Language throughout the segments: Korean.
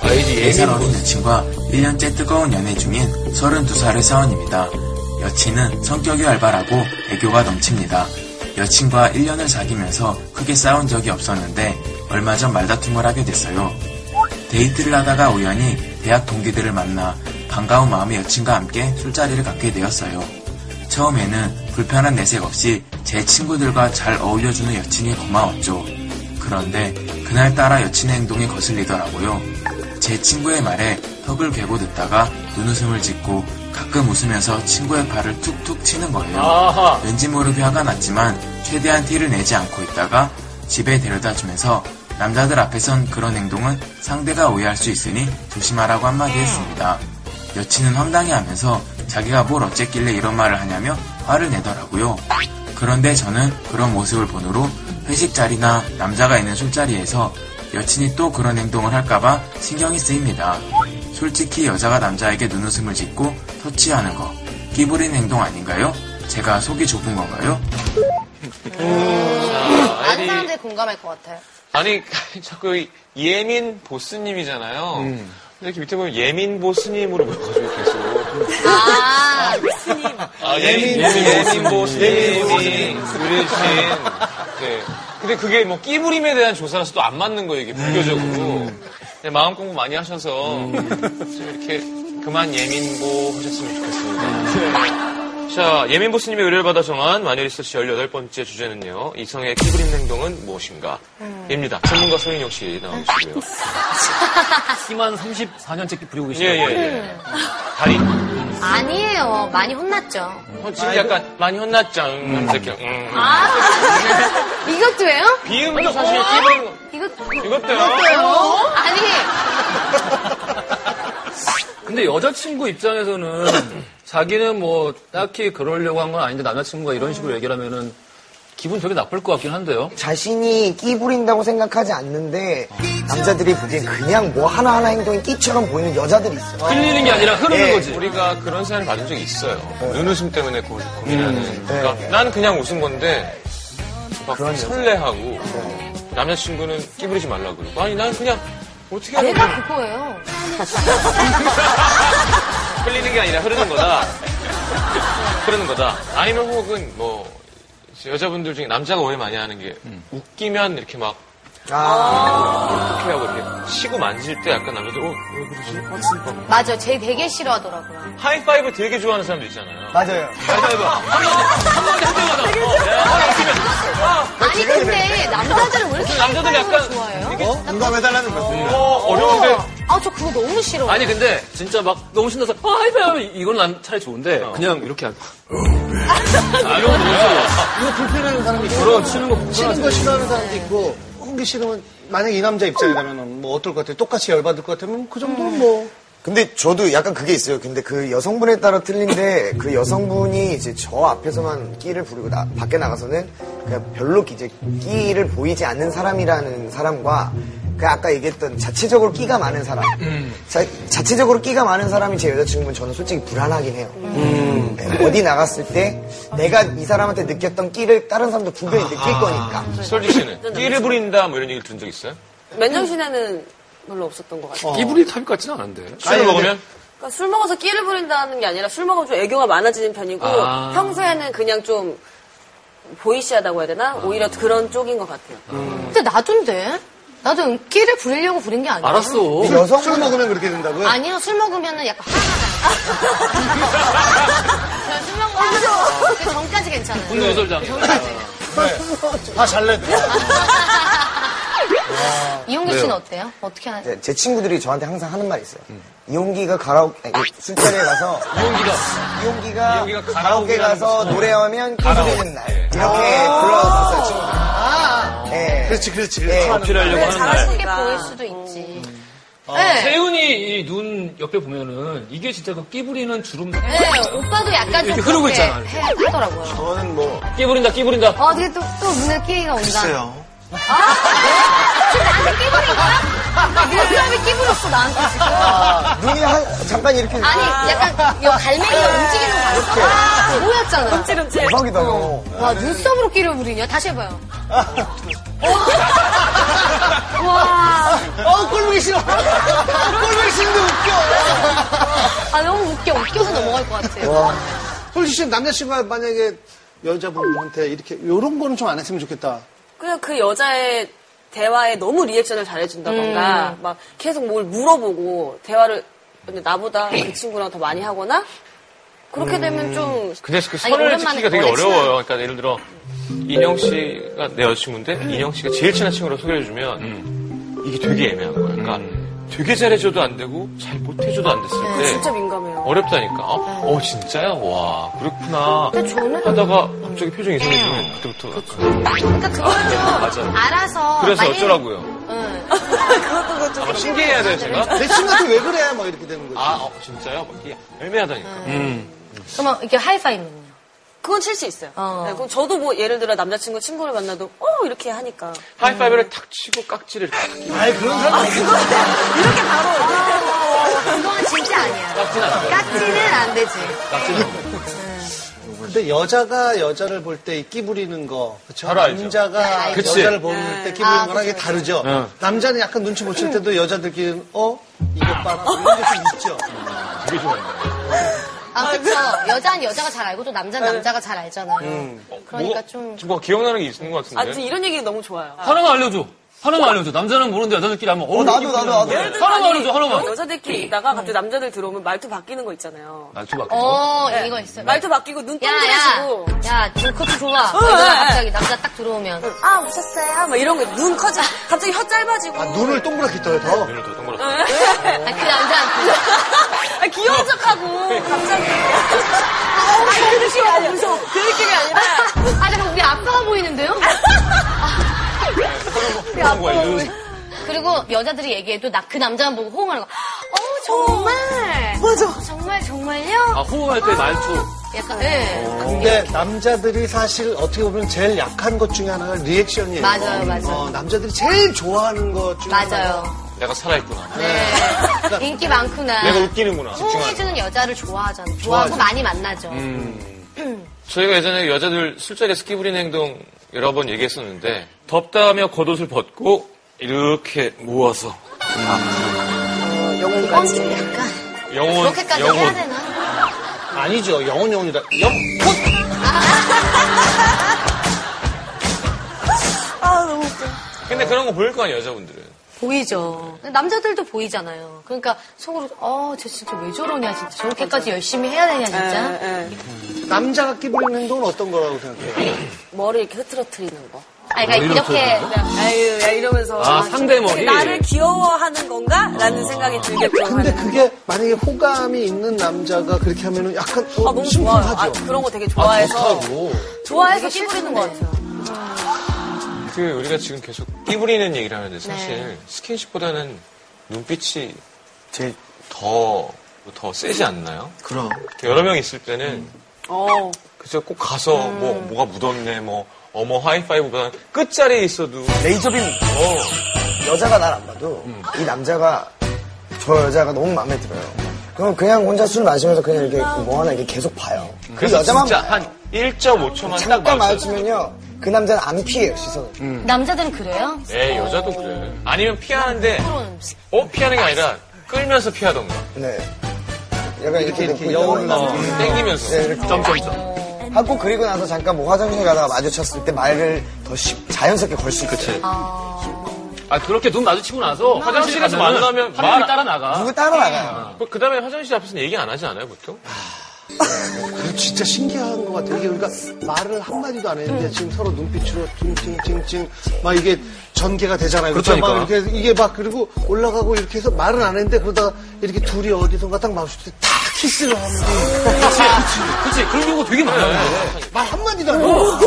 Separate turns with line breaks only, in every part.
14살 어린 여친과 1년째 뜨거운 연애 중인 32살의 서원입니다. 여친은 성격이 활발하고 애교가 넘칩니다. 여친과 1년을 사귀면서 크게 싸운 적이 없었는데 얼마 전 말다툼을 하게 됐어요. 데이트를 하다가 우연히 대학 동기들을 만나 반가운 마음의 여친과 함께 술자리를 갖게 되었어요. 처음에는 불편한 내색 없이 제 친구들과 잘 어울려주는 여친이 고마웠죠. 그런데 그날따라 여친의 행동이 거슬리더라고요. 제 친구의 말에 턱을 괴고 듣다가 눈웃음을 짓고 가끔 웃으면서 친구의 발을 툭툭 치는 거예요.
아하.
왠지 모르게 화가 났지만 최대한 티를 내지 않고 있다가 집에 데려다 주면서 남자들 앞에선 그런 행동은 상대가 오해할 수 있으니 조심하라고 한마디 했습니다. 여친은 황당해 하면서 자기가 뭘 어쨌길래 이런 말을 하냐며 화를 내더라고요. 그런데 저는 그런 모습을 본 후로 회식 자리나 남자가 있는 술자리에서 여친이 또 그런 행동을 할까봐 신경이 쓰입니다. 솔직히 여자가 남자에게 눈웃음을 짓고 터치하는 거 끼부린 행동 아닌가요? 제가 속이 좁은 건가요?
많은
아니,
사람들이 공감할 것 같아요.
아니 자꾸 이 예민 보스님이잖아요. 근데 이렇게 밑에 보면 예민 보스님으로 보여가지고 계속.
아,
아, 예민, 예민, 보스님. 예민 보스님. 그러신. 네. 근데 그게 뭐 끼부림에 대한 조사라서 또 안 맞는 거예요, 이게 불교적으로. 네, 마음 음. 공부 많이 하셔서 좀 이렇게 그만 예민보 하셨으면 좋겠습니다. 자, 예민보스님의 의뢰를 받아 정한 마녀리서치 18번째 주제는요. 이성의 끼부림 행동은 무엇인가? 입니다. 전문가 소인영 씨 나오시고요.
아.
심한 34년째 부리고
예,
계시죠.
예, 예. 다리.
아니에요. 많이 혼났죠.
어, 지금 약간 많이 혼났죠? 음, 이렇게. 음.
아, 이것도예요?
비음도 사실 끼부림.
이것도.
이것도요.
아니,
근데 여자친구 입장에서는 자기는 뭐 딱히 그러려고 한 건 아닌데 남자친구가 이런 식으로 얘기를 하면은 기분 되게 나쁠 것 같긴 한데요.
자신이 끼 부린다고 생각하지 않는데 남자들이 보기엔 그냥 뭐 하나하나 행동이 끼처럼 보이는 여자들이 있어요.
흘리는 게 아니라 흐르는
예.
거지.
우리가 그런 사연을 받은 적이 있어요. 눈웃음 때문에 고, 고민하는. 그러니까
네.
난 그냥 웃은 건데 막
그런 여자.
설레하고 예. 남자친구는 끼부리지 말라고 그러고 아니 난 그냥 어떻게 하면
얘가 그거예요.
흘리는 게 아니라 흐르는 거다. 흐르는 거다. 아니면 혹은 뭐 여자분들 중에 남자가 오해 많이 하는 게 웃기면 이렇게 막
아,
이렇게 하고 이렇게 치고 만질 때 약간 남자들 어, 왜 그러지? 어, 진짜.
맞아. 쟤 되게 싫어하더라고요.
하이파이브 되게 좋아하는 사람들 있잖아요.
맞아요.
하이파이브 한번 한 대마다 어, 야, 어, 웃기면
아니, 근데 남자들은 왜 이렇게 하이파이브를
남자들은 약간
좋아해요?
어? 누가 매달라는 거지?
어, 어려운데
아, 저 그거 너무 싫어요.
아니 근데 진짜 막 너무 신나서 아 하이파이브 이건 난 차라리 좋은데 그냥 이렇게 하고 아, 이런 거 너무 싫어.
이거 불편하는 사람이 있고
그럼 치는 거
치는
불편하지.
거 싫어하는 사람도 있고 홍기 싫으면 만약 이 남자 입장이라면 뭐 어떨 것 같아요? 똑같이 열받을 것 같으면 그 정도는 뭐
근데 저도 약간 그게 있어요. 근데 그 여성분에 따라 틀린데 그 여성분이 이제 저 앞에서만 끼를 부리고 나- 밖에 나가서는 그냥 별로 이제 끼를 보이지 않는 사람이라는 사람과 그 아까 얘기했던 자체적으로 끼가 많은 사람. 자, 자체적으로 끼가 많은 사람이 제 여자친구면 저는 솔직히 불안하긴 해요. 네, 어디 나갔을 때 내가 이 사람한테 느꼈던 끼를 다른 사람도 분명히 느낄 거니까.
솔직 씨는 끼를 부린다 뭐 이런 얘기 들은 적 있어요?
맨정 씨네는 별로 없었던 것 같아요.
기분이 탑 같지는 않은데.
술을 먹으면
그러니까 술 먹어서 끼를 부린다는 게 아니라 술 먹으면 좀 애교가 많아지는 편이고
아.
평소에는 그냥 좀 보이시하다고 해야 되나? 오히려 그런 쪽인 것 같아요.
근데 나도인데? 나도 끼를 부리려고 부린 게 아니야.
알았어.
여성 술 먹으면 그렇게 된다고요?
아니요, 술 먹으면은 약간 화가 나요. 저술 먹으면 화가 나요. 그 전까지 괜찮아요.
분노 조절장.
다 아, 잘래.
이용규
네.
씨는 어때요? 어떻게 하세요?
예, 제, 제 친구들이 저한테 항상 하는 말이 있어요. 이용기가 가라오케 아니, 술자리에 가서 이용기가
이용기가
가라오케,
가라오케라는 예.
가서 노래하면 끼부리는 날 이렇게
아.
불러봤어요 친구들. 네.
그렇지, 그렇지.
예.
그렇지.
필요하려고 하는 날.
쉽게
그러니까.
보일 수도 있지. 네.
세훈이 이 눈 옆에 보면은 이게 진짜 그 끼부리는 주름.
네, 오빠도 약간 좀
이렇게 흐르고
그렇게
있잖아,
해, 하더라고요.
저는 뭐
끼부린다, 끼부린다.
어, 되게 또, 또 눈에 끼가 온다.
글쎄요.
아, 네? 지금 나한테 끼부린 거야? 네 사람이 끼부렸어, 나한테 지금.
눈이 한, 잠깐 이렇게
아. 아니, 약간, 요 갈매기가 움직이는 거 봤어? 아, 뭐였잖아.
찔름찔.
대박이다 너.
와, 눈썹으로 끼를 부리냐? 다시 해봐요. 어? 와,
아, 어, 꼴보기 싫어. 꼴보기
아,
것 같아요.
솔직히 남자친구가 만약에 여자분한테 이렇게 요런 거는 좀 안 했으면 좋겠다.
그냥 그 여자의 대화에 너무 리액션을 잘해준다던가, 막 계속 뭘 물어보고, 대화를, 근데 나보다 그 친구랑 더 많이 하거나, 그렇게 되면 좀.
근데 그
아니,
선을
오랜만에
지키기가 되게
오래 친한-
어려워요. 그러니까 예를 들어 인형 씨가 내 여자친구인데
음.
인형 씨가 제일 친한 친구로 소개해주면 이게 되게 애매한 거야. 그러니까
음.
되게 잘해줘도 안 되고 잘 못해줘도 안 됐을
네,
때
진짜 민감해요.
어렵다니까. 어,
네.
어, 진짜야? 와 그렇구나. 하다가 갑자기 표정이 이상해지면 그때부터 약간
음. 그러니까 그거는 좀 알아서.
그래서
만약에-
어쩌라고요.
응. 그렇죠.
아마 신기해야 돼요
네.
제가.
내 친구한테 왜 그래? 막 이렇게 되는 거지.
아 어, 진짜요? 막 이게 애매하다니까.
그러면 이렇게 하이파이브는요?
그건 칠 수 있어요.
어.
네, 그럼 저도 뭐 예를 들어 남자친구 친구를 만나도, 어, 이렇게 하니까.
하이파이브를 탁 치고 깍지를 탁 끼고.
아니, 그런 사람
이렇게 바로. 아.
그거는 진짜 아니야.
깍지는 안 돼.
깍지는 안 되지.
깍지는 안 돼.
근데 여자가 여자를 볼 때 끼 부리는 거, 그쵸?
잘 알죠.
남자가
그치.
여자를 볼 때 끼 부리는
아,
거랑 이게 다르죠? 남자는 약간 눈치 못 챌 때도 여자들끼리, 어? 이것 봐라. 뭐 이런 게 좀 있죠?
되게 좋아한다.
아, 그쵸. 여자는 여자가 잘 알고 또 남자는 남자가 잘 알잖아요.
음.
그러니까 좀.
지금 뭐 어, 기억나는 게 있는 것
아,
같은데.
진짜 이런 얘기 너무 좋아요.
하나만 알려줘. 하나만 알려줘. 남자는 모르는데 여자들끼리 하면 어,
나도, 나도, 나도.
하나만 알려줘. 하나만.
여자들끼리 있다가 갑자기 남자들 들어오면 말투 바뀌는 거 있잖아요.
말투 바뀌어.
어, 이거
네.
있어요.
말투 바뀌고 눈
야, 야.
동그래지고.
야, 지금 커트 좋아.
어,
이러다
예.
갑자기 남자 딱 들어오면.
아, 오셨어요? 막 이런 거. 눈 커져. 갑자기 혀 짧아지고.
아, 눈을 동그랗게 떠요, 더.
네, 눈을 더 동그랗게.
네.
아, 그 남자한테.
아, 귀여운 척하고. 갑자기. 네, 아우, 그 느낌이 아니라. 무서워. 그 느낌이 아니라.
아, 잠깐 우리 아빠가 보이는데요?
그런 거야. 이런
그리고 여자들이 얘기해도 나 그 남자만 보고 호응하는 거. 어, 정말. 어, 맞아. 정말, 정말요?
아, 호응할 때 말투.
약간, 예.
근데 남자들이 사실 어떻게 보면 제일 약한 것 중에 하나가 리액션이에요.
맞아요, 맞아요.
어, 남자들이 제일 좋아하는 것 중에 하나가
맞아요.
내가 살아있구나.
네. 인기 많구나.
내가 웃기는구나. 집중하는.
호응해주는 여자를 좋아하잖아. 좋아하고 많이 만나죠.
음. 저희가 예전에 여자들 술자리에서 끼부리는 행동 여러 번 얘기했었는데 덥다며 겉옷을 벗고 이렇게 모아서
이건 좀 어, 약간.
영혼
그렇게까지 해야
뭐, 영혼
되나?
아니죠. 영혼 영혼이다. 영
근데 그런 거 보일 거 아니에요 여자분들은
보이죠. 남자들도 보이잖아요. 그러니까 속으로, 어, 쟤 진짜 왜 저러냐, 진짜. 저렇게까지 열심히 해야 되냐,
네.
진짜.
예, 예.
남자가 끼부리는 행동은 어떤 거라고 생각해요?
머리 이렇게 흐트러트리는 거.
아, 그러니까 이렇게.
아유, 야, 이러면서.
아, 상대 머리.
나를 귀여워하는 건가? 라는 생각이 들게끔
근데
하는.
그게 만약에 호감이 있는 남자가 그렇게 하면은 약간
아,
어,
너무 좋아요. 아,
심쿵하죠.
그런 거 되게 좋아해서. 좋아해서 끼부리는 것 같아요.
그 우리가 지금 계속 끼부리는
네.
얘기를 하는데 사실 스킨십보다는 눈빛이
제일
더 더 세지 않나요?
그럼.
이렇게 여러 명 있을 때는
어.
그저 꼭 가서 뭐 뭐가 묻었네 뭐 어머 하이파이브보다는 끝자리에 있어도
레이저빔
어
여자가 날 안 봐도 이 남자가 저 여자가 너무 마음에 들어요. 그럼 그냥 혼자 술 마시면서 그냥 이렇게 뭐 하나 이렇게 계속 봐요. 그
그래서
여자만
진짜 한 1.5초만 딱
잠깐
마주쳤어.
마주치면요. 그 남자는 안 피해요, 시선을.
남자들은 그래요?
예, 여자도 그래. 아니면 피하는데, 어, 피하는 게 아니라, 끌면서 피하던가.
네. 약간 이렇게,
이렇게
놓고
여울로
있다가
땡기면서.
네, 이렇게 하고 그리고 나서 잠깐 뭐 화장실 가다가 마주쳤을 때 말을 더 쉽- 자연스럽게 걸 수 있어요.
아, 그렇게 눈 마주치고 나서
화장실에서
가면은
만나면
화면이
말-
따라 나가.
누구 따라 나가요.
그 다음에 화장실 앞에서는 얘기 안 하지 않아요, 보통?
그거 아, 진짜 신기한 것 같아요. 이게 그러니까 말을 한마디도 안 했는데 지금 서로 눈빛으로 찡찡찡찡 막 이게 전개가 되잖아요. 그렇죠? 막
그렇다니까.
이렇게 이게 막 그리고 올라가고 이렇게 해서 말은 안 했는데 그러다가 이렇게 둘이 어디선가 딱 마주칠 때 다 키스를 하는데
아, 그치, 그런 경우 되게 많아요. 어.
말 한마디도 안 했는데.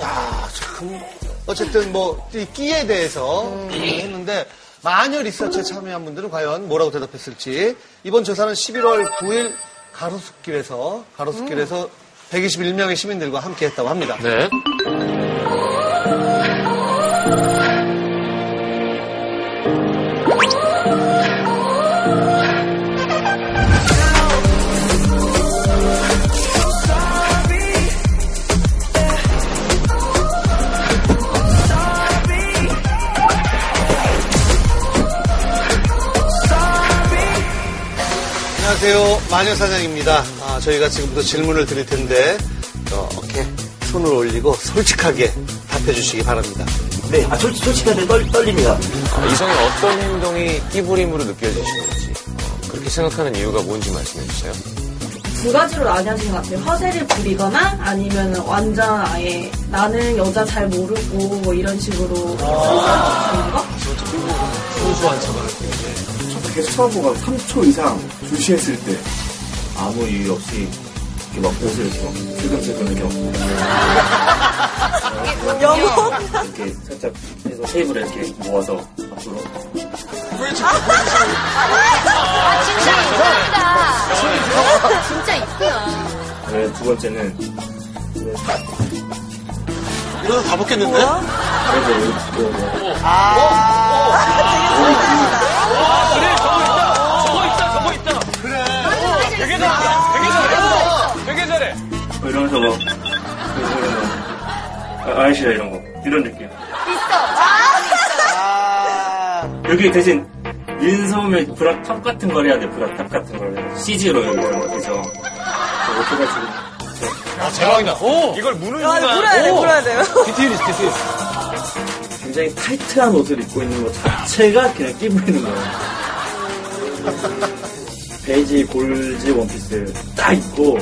야, 참. 어쨌든 뭐이 끼에 대해서 얘기를 했는데 마녀 리서치에 참여한 분들은 과연 뭐라고 대답했을지 이번 조사는 11월 9일 가로수길에서 가로수길에서 121명의 시민들과 함께 했다고 합니다.
네.
안녕하세요. 마녀사냥입니다. 아, 저희가 지금부터 질문을 드릴 텐데, 이렇게 손을 올리고 솔직하게 답해주시기 바랍니다.
네, 아, 솔직, 솔직한데 떨, 떨립니다.
아, 이성이 어떤 행동이 끼부림으로 느껴지시는지 어, 그렇게 생각하는 이유가 뭔지 말씀해 주세요.
두 가지로 나뉘어진 것 같아요. 허세를 부리거나 아니면 완전 아예 나는 여자 잘 모르고 뭐 이런 식으로 아. 상상하는
아.
거?
첫 계속 쳐다보고 3초 이상 주시했을 때 아무 이유 없이 이렇게 막 옷을 이렇게 막 슬금슬금 이렇게 막
아.
이렇게 살짝 해서 테이블에 이렇게 모아서 앞으로
아, 진짜 이쁘다. 진짜 이쁘다.
그리고 두 번째는
이러다 다 먹겠는데?
뭐?
그래도 이거 뭐
아, 그래 저거 있다 저거 있다 저거 있다 그래 어. 되게 잘해 되게 잘해 되게 잘해
뭐 이러면서 막 그리고 뭐 아, 아이시라 이런 거 이런 느낌 여기 대신 민소매 브라탑 같은 걸 해야 돼 브라탑 같은 걸 CG로 이런 거 되죠 이렇게 해가지고
대박이다 이걸 무는구나
불어야 아, 돼, 불어야 돼요.
굉장히 타이트한 옷을 입고 있는 것 자체가 그냥 끼부리는 거예요. 베이지 골지 원피스 딱 입고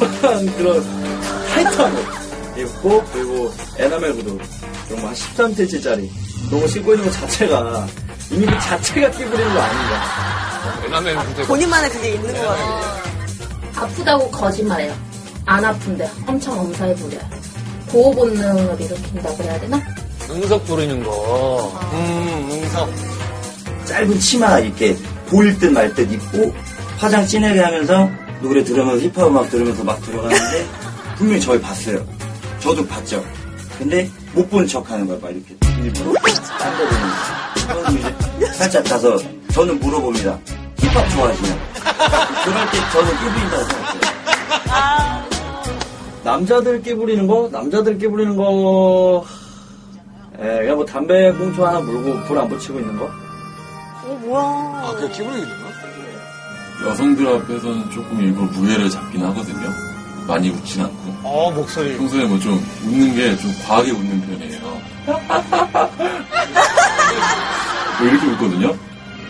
빵빵한 그런 타이트한 옷 입고 그리고 에나멜 구두 이런 거한 13cm짜리 그런 거 신고 있는 것 자체가 이미 그 자체가 끼부리는 거 아닌가.
에나멜 무대
본인만의 그게 있는 것 같아요.
아프다고 거짓말해요. 안 아픈데 엄청 엄살해 부려요. 보호 본능을 일으킨다고 해야 되나?
응석 부리는 거.
음, 응석.
짧은 치마 이렇게 보일 듯 말 듯 입고 화장 진하게 하면서 노래 들으면서 힙합 음악 들으면서 막 들어가는데 분명히 저희 봤어요. 저도 봤죠. 근데 못 본 척 하는 거야, 막 이렇게. 일부러 딴거 보는 거야. 그래서 이제 살짝 가서 저는 물어봅니다. 힙합 좋아하시냐? 그럴 때 저는 끼부린다고 생각해요. 남자들 끼부리는 거? 남자들 끼부리는 거. 에, 그냥 뭐 담배 꽁초 하나 물고 불 안 붙이고 있는 거?
아, 그게 기분이겠나?
여성들 앞에서는 조금 일부러 무게를 잡긴 하거든요. 많이 웃진 않고.
어, 목소리.
평소에 뭐 좀 웃는 게 좀 과하게 웃는 편이에요. 뭐 이렇게 웃거든요.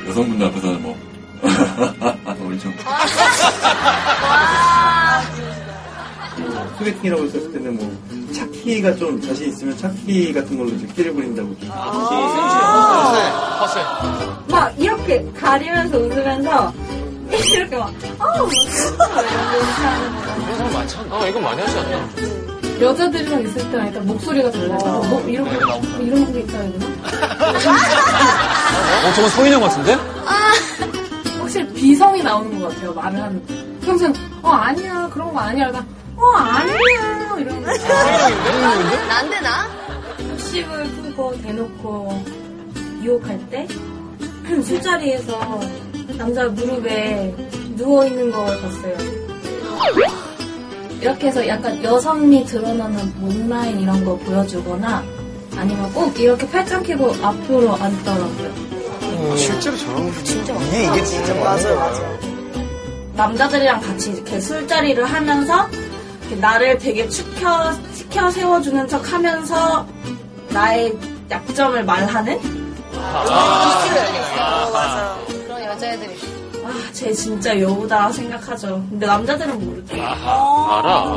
여성분들 앞에서는 뭐.
Oh,
우리 좀.
소개팅이라고 했을 때는 뭐 차키가 좀 자신 있으면
음.
차키 같은 걸로 이제 끼를 부린다고
허세
막 이렇게 가리면서 웃으면서 이렇게 막, 아, 웃어. 이러면서 하는 거.
이런 사람 많지 않나? 아 이건 많이 하지 않나?
여자들이랑 있을 때랑 일단 목소리가 달라서, 뭐, 이런 거, 이런 게 있어야 되나?
어 저건 소인형 같은데?
확실히 비성이 나오는 것 같아요, 말을 하면. 평소엔, 어, 아니야, 그런 거 아니야. 그러니까, 어, 아니야. 이런 거.
난데 나?
씹을 풀고 대놓고 유혹할 때 술자리에서 남자 무릎에 누워있는 거 봤어요. 이렇게 해서 약간 여성미 드러나는 목라인 이런 거 보여주거나 아니면 꼭 이렇게 팔짱 끼고 앞으로 앉더라고요.
실제로 저런 거.
이게 이게 진짜 맞아요. 맞아요.
남자들이랑 같이 이렇게 술자리를 하면서 이렇게 나를 되게 축혀 시켜 세워주는 척 하면서 나의 약점을 말하는
그런 여자애들이.
아, 쟤 진짜 여우다 생각하죠. 근데 남자들은 모르죠.
알아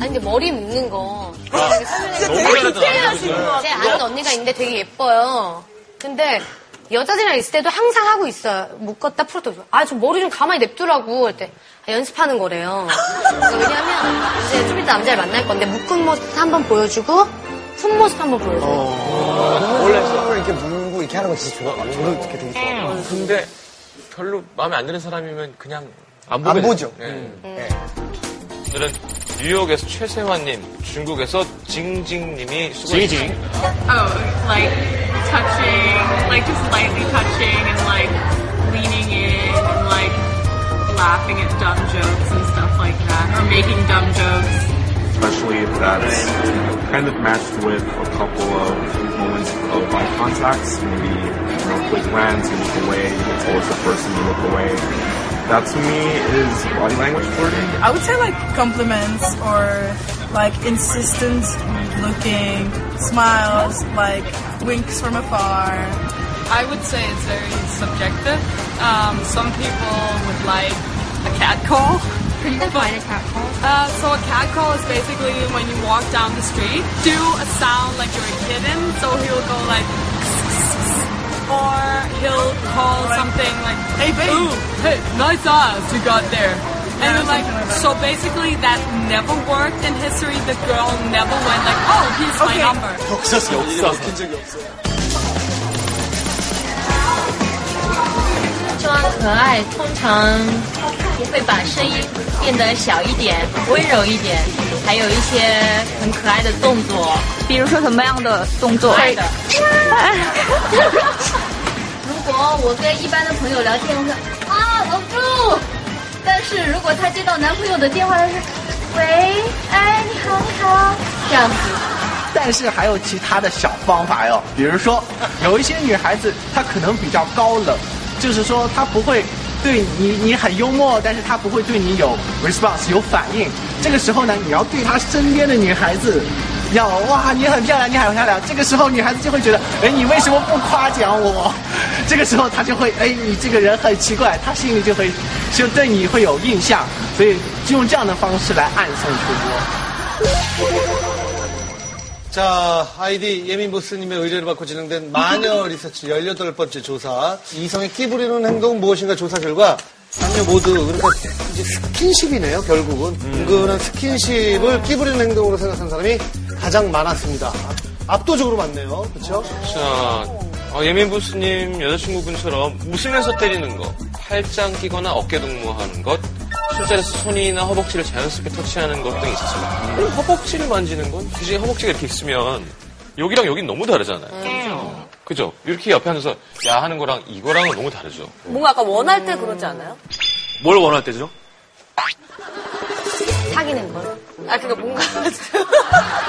아니, 근데 머리 묶는 거.
너무 잘하다
제 아는 언니가 있는데 되게 예뻐요. 근데 여자들이랑 있을 때도 항상 하고 있어요. 묶었다 풀었다. 아, 좀 머리 좀 가만히 냅두라고. 그때 아, 연습하는 거래요. 그래서 왜냐면 이제 좀 이따 남자를 만날 건데 묶은 모습 한번 보여주고 푼 모습 한번 보여줘요.
어.
원래 손을 이렇게 물고 이렇게 하는 거 진짜 좋아. 저도 이렇게 되게 좋아.
근데 별로 마음에 안 드는 사람이면 그냥 안,
안
보게
보죠.
되죠. 예.
음.
오늘은 뉴욕에서 최세환님, 중국에서 징징님이 징징
Oh, like touching, like just lightly touching and like leaning in and like laughing at dumb jokes and stuff like that, or making dumb jokes.
especially if that's kind of matched with a couple of
influence of eye contacts, maybe you know, close glance, you look away, it's always the person you look away. That to me is body language flirting.
I would say like compliments or like insistent looking smiles, like winks from afar.
I would say it's very subjective. Um, some people would like a cat call. Can you define a cat call? Uh, so a cat call is basically when you walk down the street, do a sound like you're a kitten. So he'll go like, or he'll call something like, "Hey babe, hey, nice uh, eyes you got there." And
Yeah,
then, like,
something like that.
so basically that never worked in history. The girl never went like, "Oh, here's my number."
역사서 역사 킨 적이 없어.
装可爱通常会把声音变得小一点、温柔一点，还有一些很可爱的动作，比如说什么样的动
作
可爱的。 如果我跟一般的朋友聊天，我会啊老公，但是如果她接到男朋友的电话，她是喂，哎你好你好，这样子。
但是还有其他的小方法哟，比如说，有一些女孩子她可能比较高冷，就是说她不会对你你很幽默，但是她不会对你有 response 有反应。这个时候呢，你要对她身边的女孩子，要哇你很漂亮，你很漂亮。这个时候女孩子就会觉得，哎你为什么不夸奖我？ 这个时候她就会哎你这个人很奇怪，她心里就会就对你会有印象，所以就用这样的方式来暗送出波。
자, 아이디 예민보스님의 의뢰를 받고 진행된 마녀 리서치 18번째 조사. 이성의 끼 부리는 행동은 무엇인가 조사 결과, 남녀 모두, 그러니까 이제 스킨십이네요, 결국은.
음.
은근한 스킨십을 끼 부리는 행동으로 생각하는 사람이 가장 많았습니다. 압도적으로 많네요. 그렇죠
자, 어, 예민부스님 여자친구분처럼 웃으면서 때리는 것, 팔짱 끼거나 어깨 동무하는 것, 술자리에서 손이나 허벅지를 자연스럽게 터치하는 것 등이 있었습니다. 그럼 허벅지를 만지는 건 굳이 허벅지가 이렇게 있으면 여기랑 여긴 너무 다르잖아요. 그죠? 이렇게 옆에 앉아서 야 하는 거랑 이거랑은 너무 다르죠.
뭔가 약간 원할 때 그러지 않아요?
뭘 원할 때죠?
사귀는 걸. 아, 그니까 뭔가.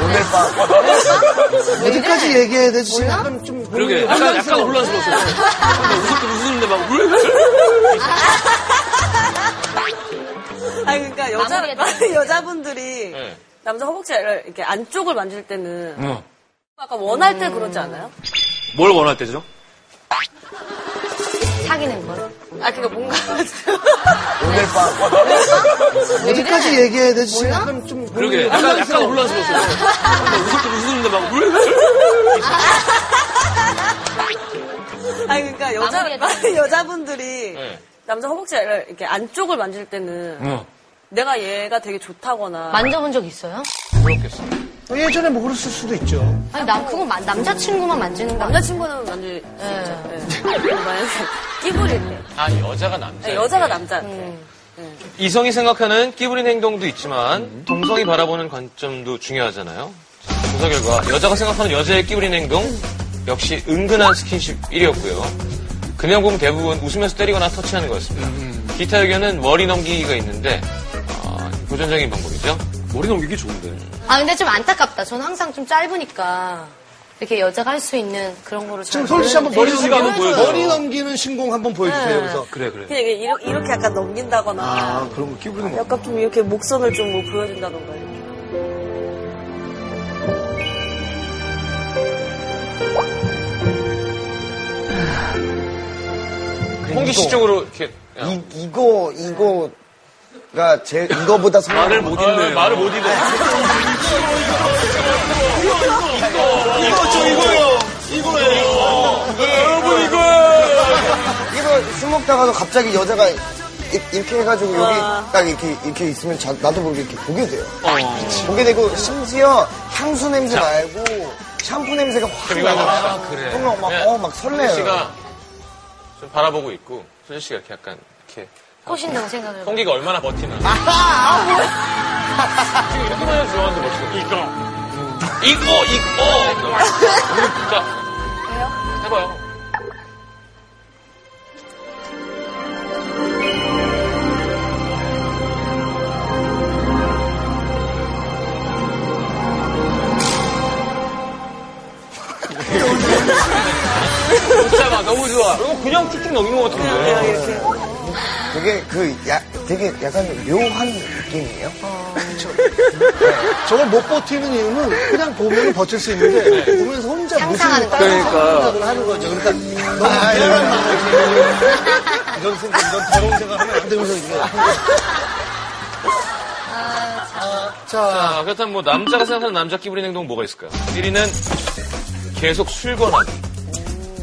오늘
뭐
밤.
어디까지 얘기해야 되지? 지금
몰라?
약간 좀.
그러게, 음, 약간- 약간 혼란스러웠어요. 웃는데 막
아, 그니까 여자, 여자분들이
네.
네.
남자 허벅지를 이렇게 안쪽을 만질 때는
어.
약간 원할 때 그러지 않아요?
뭘 원할 때죠?
사귀는 걸. 아, 그니까 뭔가.
오늘 밤. 어디까지 얘기해야 되지? 지금 약간 좀.
그러게, 음, 약간- 약간 혼란스러웠어요. 웃는데 막
음.
아, 그니까 여자, 여자분들이
네.
남자 허벅지를 이렇게 안쪽을 만질 때는
어.
내가 얘가 되게 좋다거나.
만져본 적 있어요?
모르겠어.
예전에 뭐 그랬을 수도 있죠.
아니 난 그건 마- 남자친구만 만지는 거
남자친구는 만질 수 있죠. 예. 끼부릴 때.
아, 여자가 남자.
네, 여자가 남자한테.
이성이 생각하는 끼부린 행동도 있지만 동성이 바라보는 관점도 중요하잖아요. 자, 조사 결과 여자가 생각하는 여자의 끼부린 행동 역시 은근한 스킨십 1위였고요. 그냥 보면 대부분 웃으면서 때리거나 터치하는 거였습니다. 기타 의견은 머리 넘기기가 있는데 아, 고전적인 방법이죠. 머리 넘기기 좋은데.
아 근데 좀 안타깝다. 저는 항상 좀 짧으니까 이렇게 여자가 할 수 있는 그런 거를
지금 솔지 씨 한번 머리 넘기는 머리
요
넘기는 신공 한번 보여주세요.
네.
그래서
그래 그래.
그냥 이게 이렇게, 이렇게 약간 넘긴다거나.
아 그런 거 끼부리는 거.
약간 좀 이렇게 목선을 좀 뭐 보여준다던가 이렇게.
홍기 씨 쪽으로 이렇게 어.
이, 이거 이거가 제 이거보다 성 말을 못
아, 말을 못
읽어.
이거죠 이거요. 이거예요.
네,
여러분 이거.
이거 술 먹다가도 갑자기 여자가 이, 이렇게 해가지고 여기 딱 이렇게 이렇게 있으면 자- 나도 모르게 이렇게 보게 돼요.
어.
보게 되고 심지어 향수 냄새
자.
말고 샴푸 냄새가 확
그리고
나요.
아, 그래.
그러면 막, 어, 막 설레요.
홍기 씨가 좀 바라보고 있고 소진 씨가 이렇게 약간 이렇게
꼬신다고 생각을.
홍기가 얼마나 버티나.
네, 아, 뭐야.
지금 이렇게 많이 좋아하는데 멋있어. 이거. 이거, 이거. 자. 해봐요. 너무 좋아. 네. 이거 그냥 쭉쭉 넘는 것 같은데.
그냥 이렇게. 되게 그 야, 되게 약간 묘한 느낌이에요.
저걸 못 버티는 이유는 그냥 보면 버틸 수 있는데 보면서 혼자
상상하는
무슨
거예요.
다른
그러니까.
생각을 하는 거죠. 그러니까 너무 다양한 마음이 이런 생각, 이런 더러운 생각 하면 안 되면서 이게
자, 그렇다면 뭐 남자가 생각하는 남자 끼부린 행동 은 뭐가 있을까요? 1위는 계속 술권하기.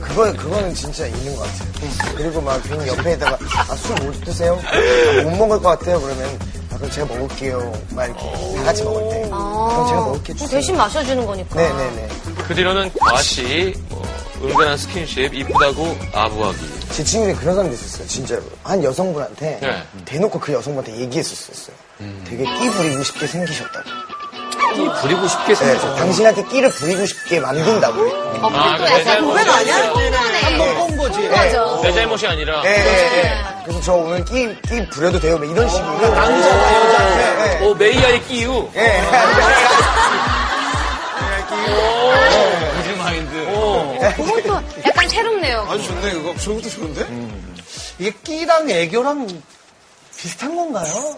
그거 그거는 진짜 있는 것 같아요.
음.
그리고 막 괜히 옆에다가 아술못 드세요? 아, 못 먹을 것 같아요. 그러면 아 그럼 제가 먹을게요. 막 이렇게 다 같이 먹을 때. 그럼 제가 먹을게.
어. 좀 대신 마셔주는 거니까.
네네네.
그 뒤로는 과시, 뭐, 은근한 스킨십, 이쁘다고 아부하기.
제 친구에 그런 사람도 있었어요. 진짜로 한 여성분한테
네.
대놓고 그 여성분한테 얘기했었어요. 되게 끼 부리고 싶게 생기셨다고.
음.
네,
끼 부리고 싶게 생기셨다고?
당신한테 끼를 부리고 싶게 만든다고.
어,
아, 그내
한번본 거지.
내 잘못이 아니라.
예, 예, 예. 그래서 저 오늘 끼, 끼 부려도 돼요? 막 이런
그
식으로.
남자가
여자한테.
오, 메이아이 끼우.
예.
우즈 마인드.
그것도 약간 새롭네요.
아주 좋네 그거. 저것도 좋은데? 이게 끼랑 애교랑 비슷한 건가요?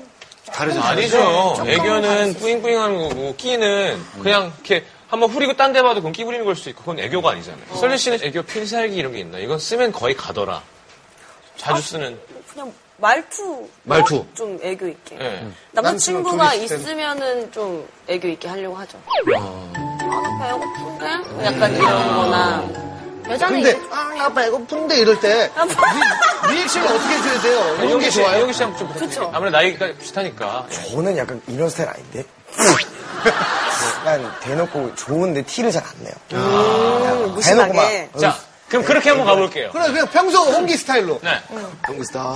다르죠. 아니죠. 애교는 뿌잉뿌잉하는 네. 거고 끼는 그냥 이렇게 한번 후리고 딴 데 봐도 그건 끼 부리는 걸 수도 있고 그건 애교가 아니잖아요. 설리 씨는 애교 필살기 이런 게 있나? 이건 쓰면 거의 가더라. 자주 쓰는.
그냥 말투. 뭐
말투.
좀 애교 있게.
예.
남자친구가
남친과 둘이 있을
있으면은 좀 애교 있게 하려고 하죠. 아, 배고픈데? 약간 이런 거나. 여자는
근데
이제-
아, 나 배고픈데 이럴 때 리- 리액션을 어떻게 해줘야 돼요? 이런 게
이용기 씨, 네.
좋아요.
이용기 씨랑 좀 그렇죠. 아무래도 나이가 비슷하니까.
저는 약간 이런 스타일 아닌데. 약간 대놓고 좋은데 티를 잘 안 내요. 그냥 대놓고 막.
자, 그럼 그렇게 한번 가볼게요.
그래 그냥 평소 홍기 스타일로.
네.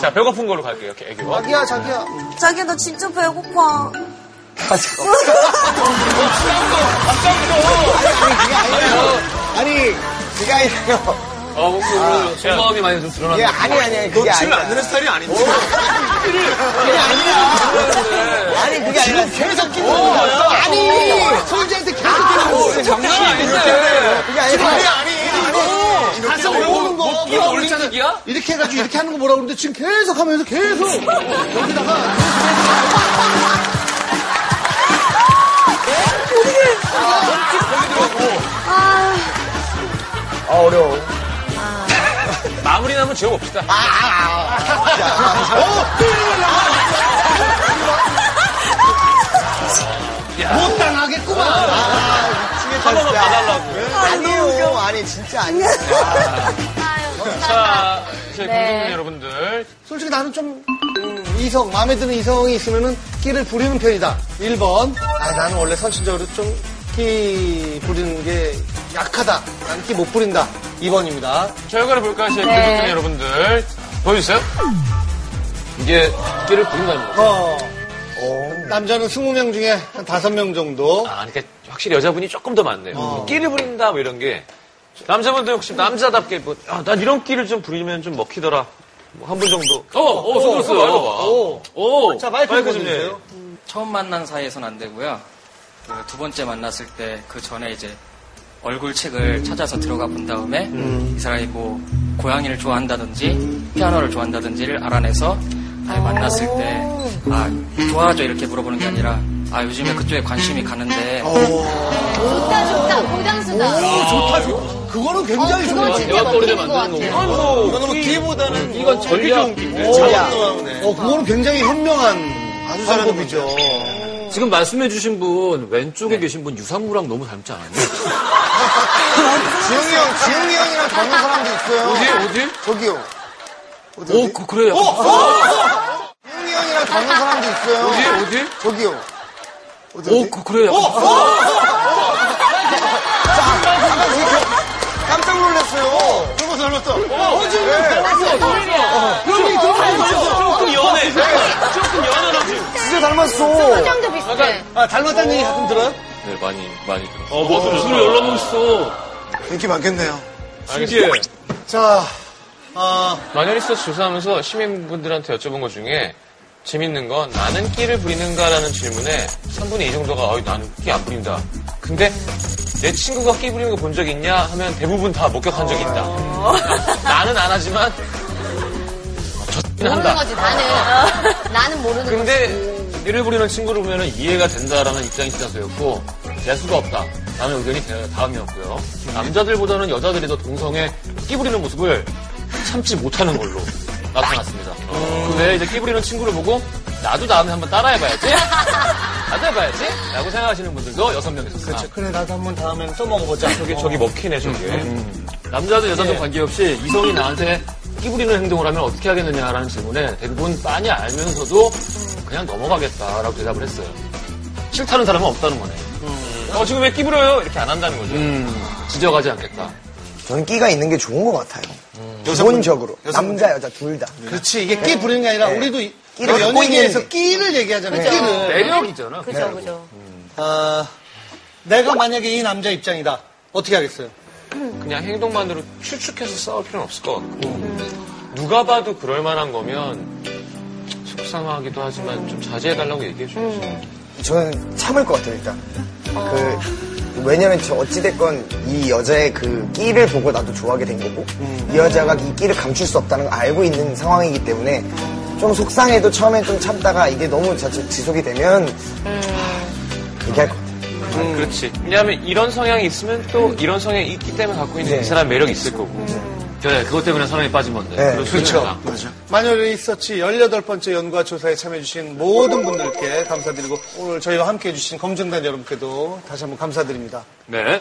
자, 배고픈 걸로 갈게요. 이렇게 애교.
자기야 자기야.
자기야 나 진짜 배고파.
아,
아니, 그게 아니라요.
아, 오늘
그,
속마음이 많이 좀 드러났네.
예, 아니, 아니, 아니, 그게
놓치면
아니야.
안 되는 스타일이 아닌데.
그게 아니야.
아니, 그게 아니라.
지금 계속 끼는 거야. 아니, 솔지한테 계속 끼는 거야.
장난 아닌데.
그게 아니야.
지금
아니,
그게
아니. 이거 가서 올라오는 거.
뭐 끼워
뭐라
올리는
그러잖아.
얘기야?
이렇게 해가지고 이렇게 하는 거 뭐라 그러는데 지금 계속 하면서 계속 여기다가.
아, 어려워.
마무리는 한번 지어봅시다.
아,
아,
어? 못 당하겠구만. 네.
한 번만 봐달라고.
아니요, 아니, 진짜 아니야.
자, 제
네.
공중분 여러분들.
솔직히 나는 좀 음, 이성 마음에 드는 이성이 있으면은 끼를 부리는 편이다. 1번. 아 나는 원래 선천적으로 좀 끼 부리는 게 약하다. 난 끼 못 부린다. 2번입니다.
결과를 볼까요, 제
네.
공중분 여러분들. 보여주세요. 이게 끼를 부린다는 거죠.
어.
어.
남자는 20명 중에 한 5명 정도.
아, 그러니까 확실히 여자분이 조금 더 많네요. 끼를 부린다, 뭐 이런 게. 남자분들 혹시 남자답게, 뭐, 아, 난 이런 끼를 좀 부리면 좀 먹히더라. 한 분 정도. 어, 어, 손 들었어요.
오.
오.
자, 마이크
마이크
좀
좀
주세요.
주세요.
처음 만난 사이에선 안 되고요. 그두 번째 만났을 때 그 전에 이제 얼굴 책을 찾아서 들어가 본 다음에 이 사람이 뭐 고양이를 좋아한다든지 피아노를 좋아한다든지를 알아내서 아예 만났을 때 아 좋아하죠 이렇게 물어보는 게 아니라 아 요즘에 그쪽에 관심이 가는데
어.
좋다, 좋다. 고장수다.
아,
좋다. 그거는 굉장히
어, 그건
좋은
진짜
거야.
먹히는 것 같아요.
어,
아이고, 이거는 뭐 끼보다는
이건 전략.
오, 어, 그거는 굉장히 현명한 아주 잘하는 방법이죠.
지금 말씀해주신 분, 왼쪽에
네.
계신 분 유산무랑 너무 닮지 않았나요?
지웅이 형, 지웅이 형이랑 닮은 사람도 있어요.
어디,
어디? 저기요.
오, 그, 그래. 약간
어, 지웅이 형이랑 닮은 사람도 있어요.
어디, 어디?
저기요. 어디,
오, 그, 그래. 약간
깜짝 놀랐어요.
젊었어, 젊었어.
어지금 네.
닮았어. 형이 닮았어.
조금 연해. 조금 연하다, 지
진짜 닮았어.
표정도 비슷해.
아, 닮았다는 얘기 가끔 들어요?
네, 많이, 많이 들었어요.
어, 뭐,
술
있어.
인기 많겠네요.
알겠습니다.
신기해. 자, 아,
마녀리 스타트 조사하면서 시민분들한테 여쭤본 것 중에 재밌는 건 나는 끼를 부리는가라는 질문에 3분의 2 정도가 어이, 나는 끼 안 부린다. 근데
내 친구가 끼 부리는 거 본 적 있냐 하면 대부분 다 목격한 적이 있다. 나는 안 하지만 어, 저
모르는
한다.
거지 나는 나는 모르는
근데 끼를 부리는 친구를 보면 이해가 된다라는 입장이 있어서였고 재수가 없다. 라는 의견이 대- 다음이었고요. 남자들보다는 여자들이 더 동성애 끼 부리는 모습을 참지 못하는 걸로 나타났습니다. 근데 이제 끼 부리는 친구를 보고 나도 다음에 한번 따라해봐야지. 나도 해봐야지. 라고 그 생각하시는 분들도 여섯 명 있었어요.
그렇죠.
그래 나도 한번 다음엔 써먹어보자.
저게 저기 먹히네 저게. 남자도 여자도
예.
관계없이 이성이 나한테 끼부리는 행동을 하면 어떻게 하겠느냐라는 질문에 대부분 많이 알면서도 그냥 넘어가겠다라고 대답을 했어요. 싫다는 사람은 없다는 거네. 어 지금 왜 끼부려요? 이렇게 안 한다는 거죠. 지적하지 않겠다.
저는 끼가 있는 게 좋은 것 같아요. 기본적으로 남자 음. 여자 둘 다.
아, 그렇지 이게 끼 부리는 게 아니라 우리도 이-
끼를 갖고
연예계에서
있는
끼를 얘기하잖아요.
그죠.
끼를
매력이잖아.
그죠 그죠
아, 내가 만약에 이 남자 입장이다. 어떻게 하겠어요?
그냥 행동만으로 추측해서 싸울 필요는 없을 것 같고 누가 봐도 그럴 만한 거면 속상하기도 하지만 좀 자제해달라고 얘기해줘야죠.
음.
저는 참을 것 같아요 일단. 그 왜냐면 저 어찌됐건 이 여자의 그 끼를 보고 나도 좋아하게 된 거고 이 여자가 이 끼를 감출 수 없다는 걸 알고 있는 상황이기 때문에 좀 속상해도 처음엔 좀 참다가 이게 너무 자칫 지속이 되면 얘기할 것 같아요.
음, 그렇지. 왜냐하면 이런 성향이 있으면 또 이런 성향이 있기 때문에 갖고
네.
있는 이 사람 매력이 있을 거고. 그래, 그것 때문에 사람이 빠진 건데.
음. 네,
그럴 수
그렇죠.
있잖아.
마녀 리서치 18번째 연구와 조사에 참여해주신 모든 분들께 감사드리고 오늘 저희와 함께해주신 검증단 여러분께도 다시 한번 감사드립니다.
네.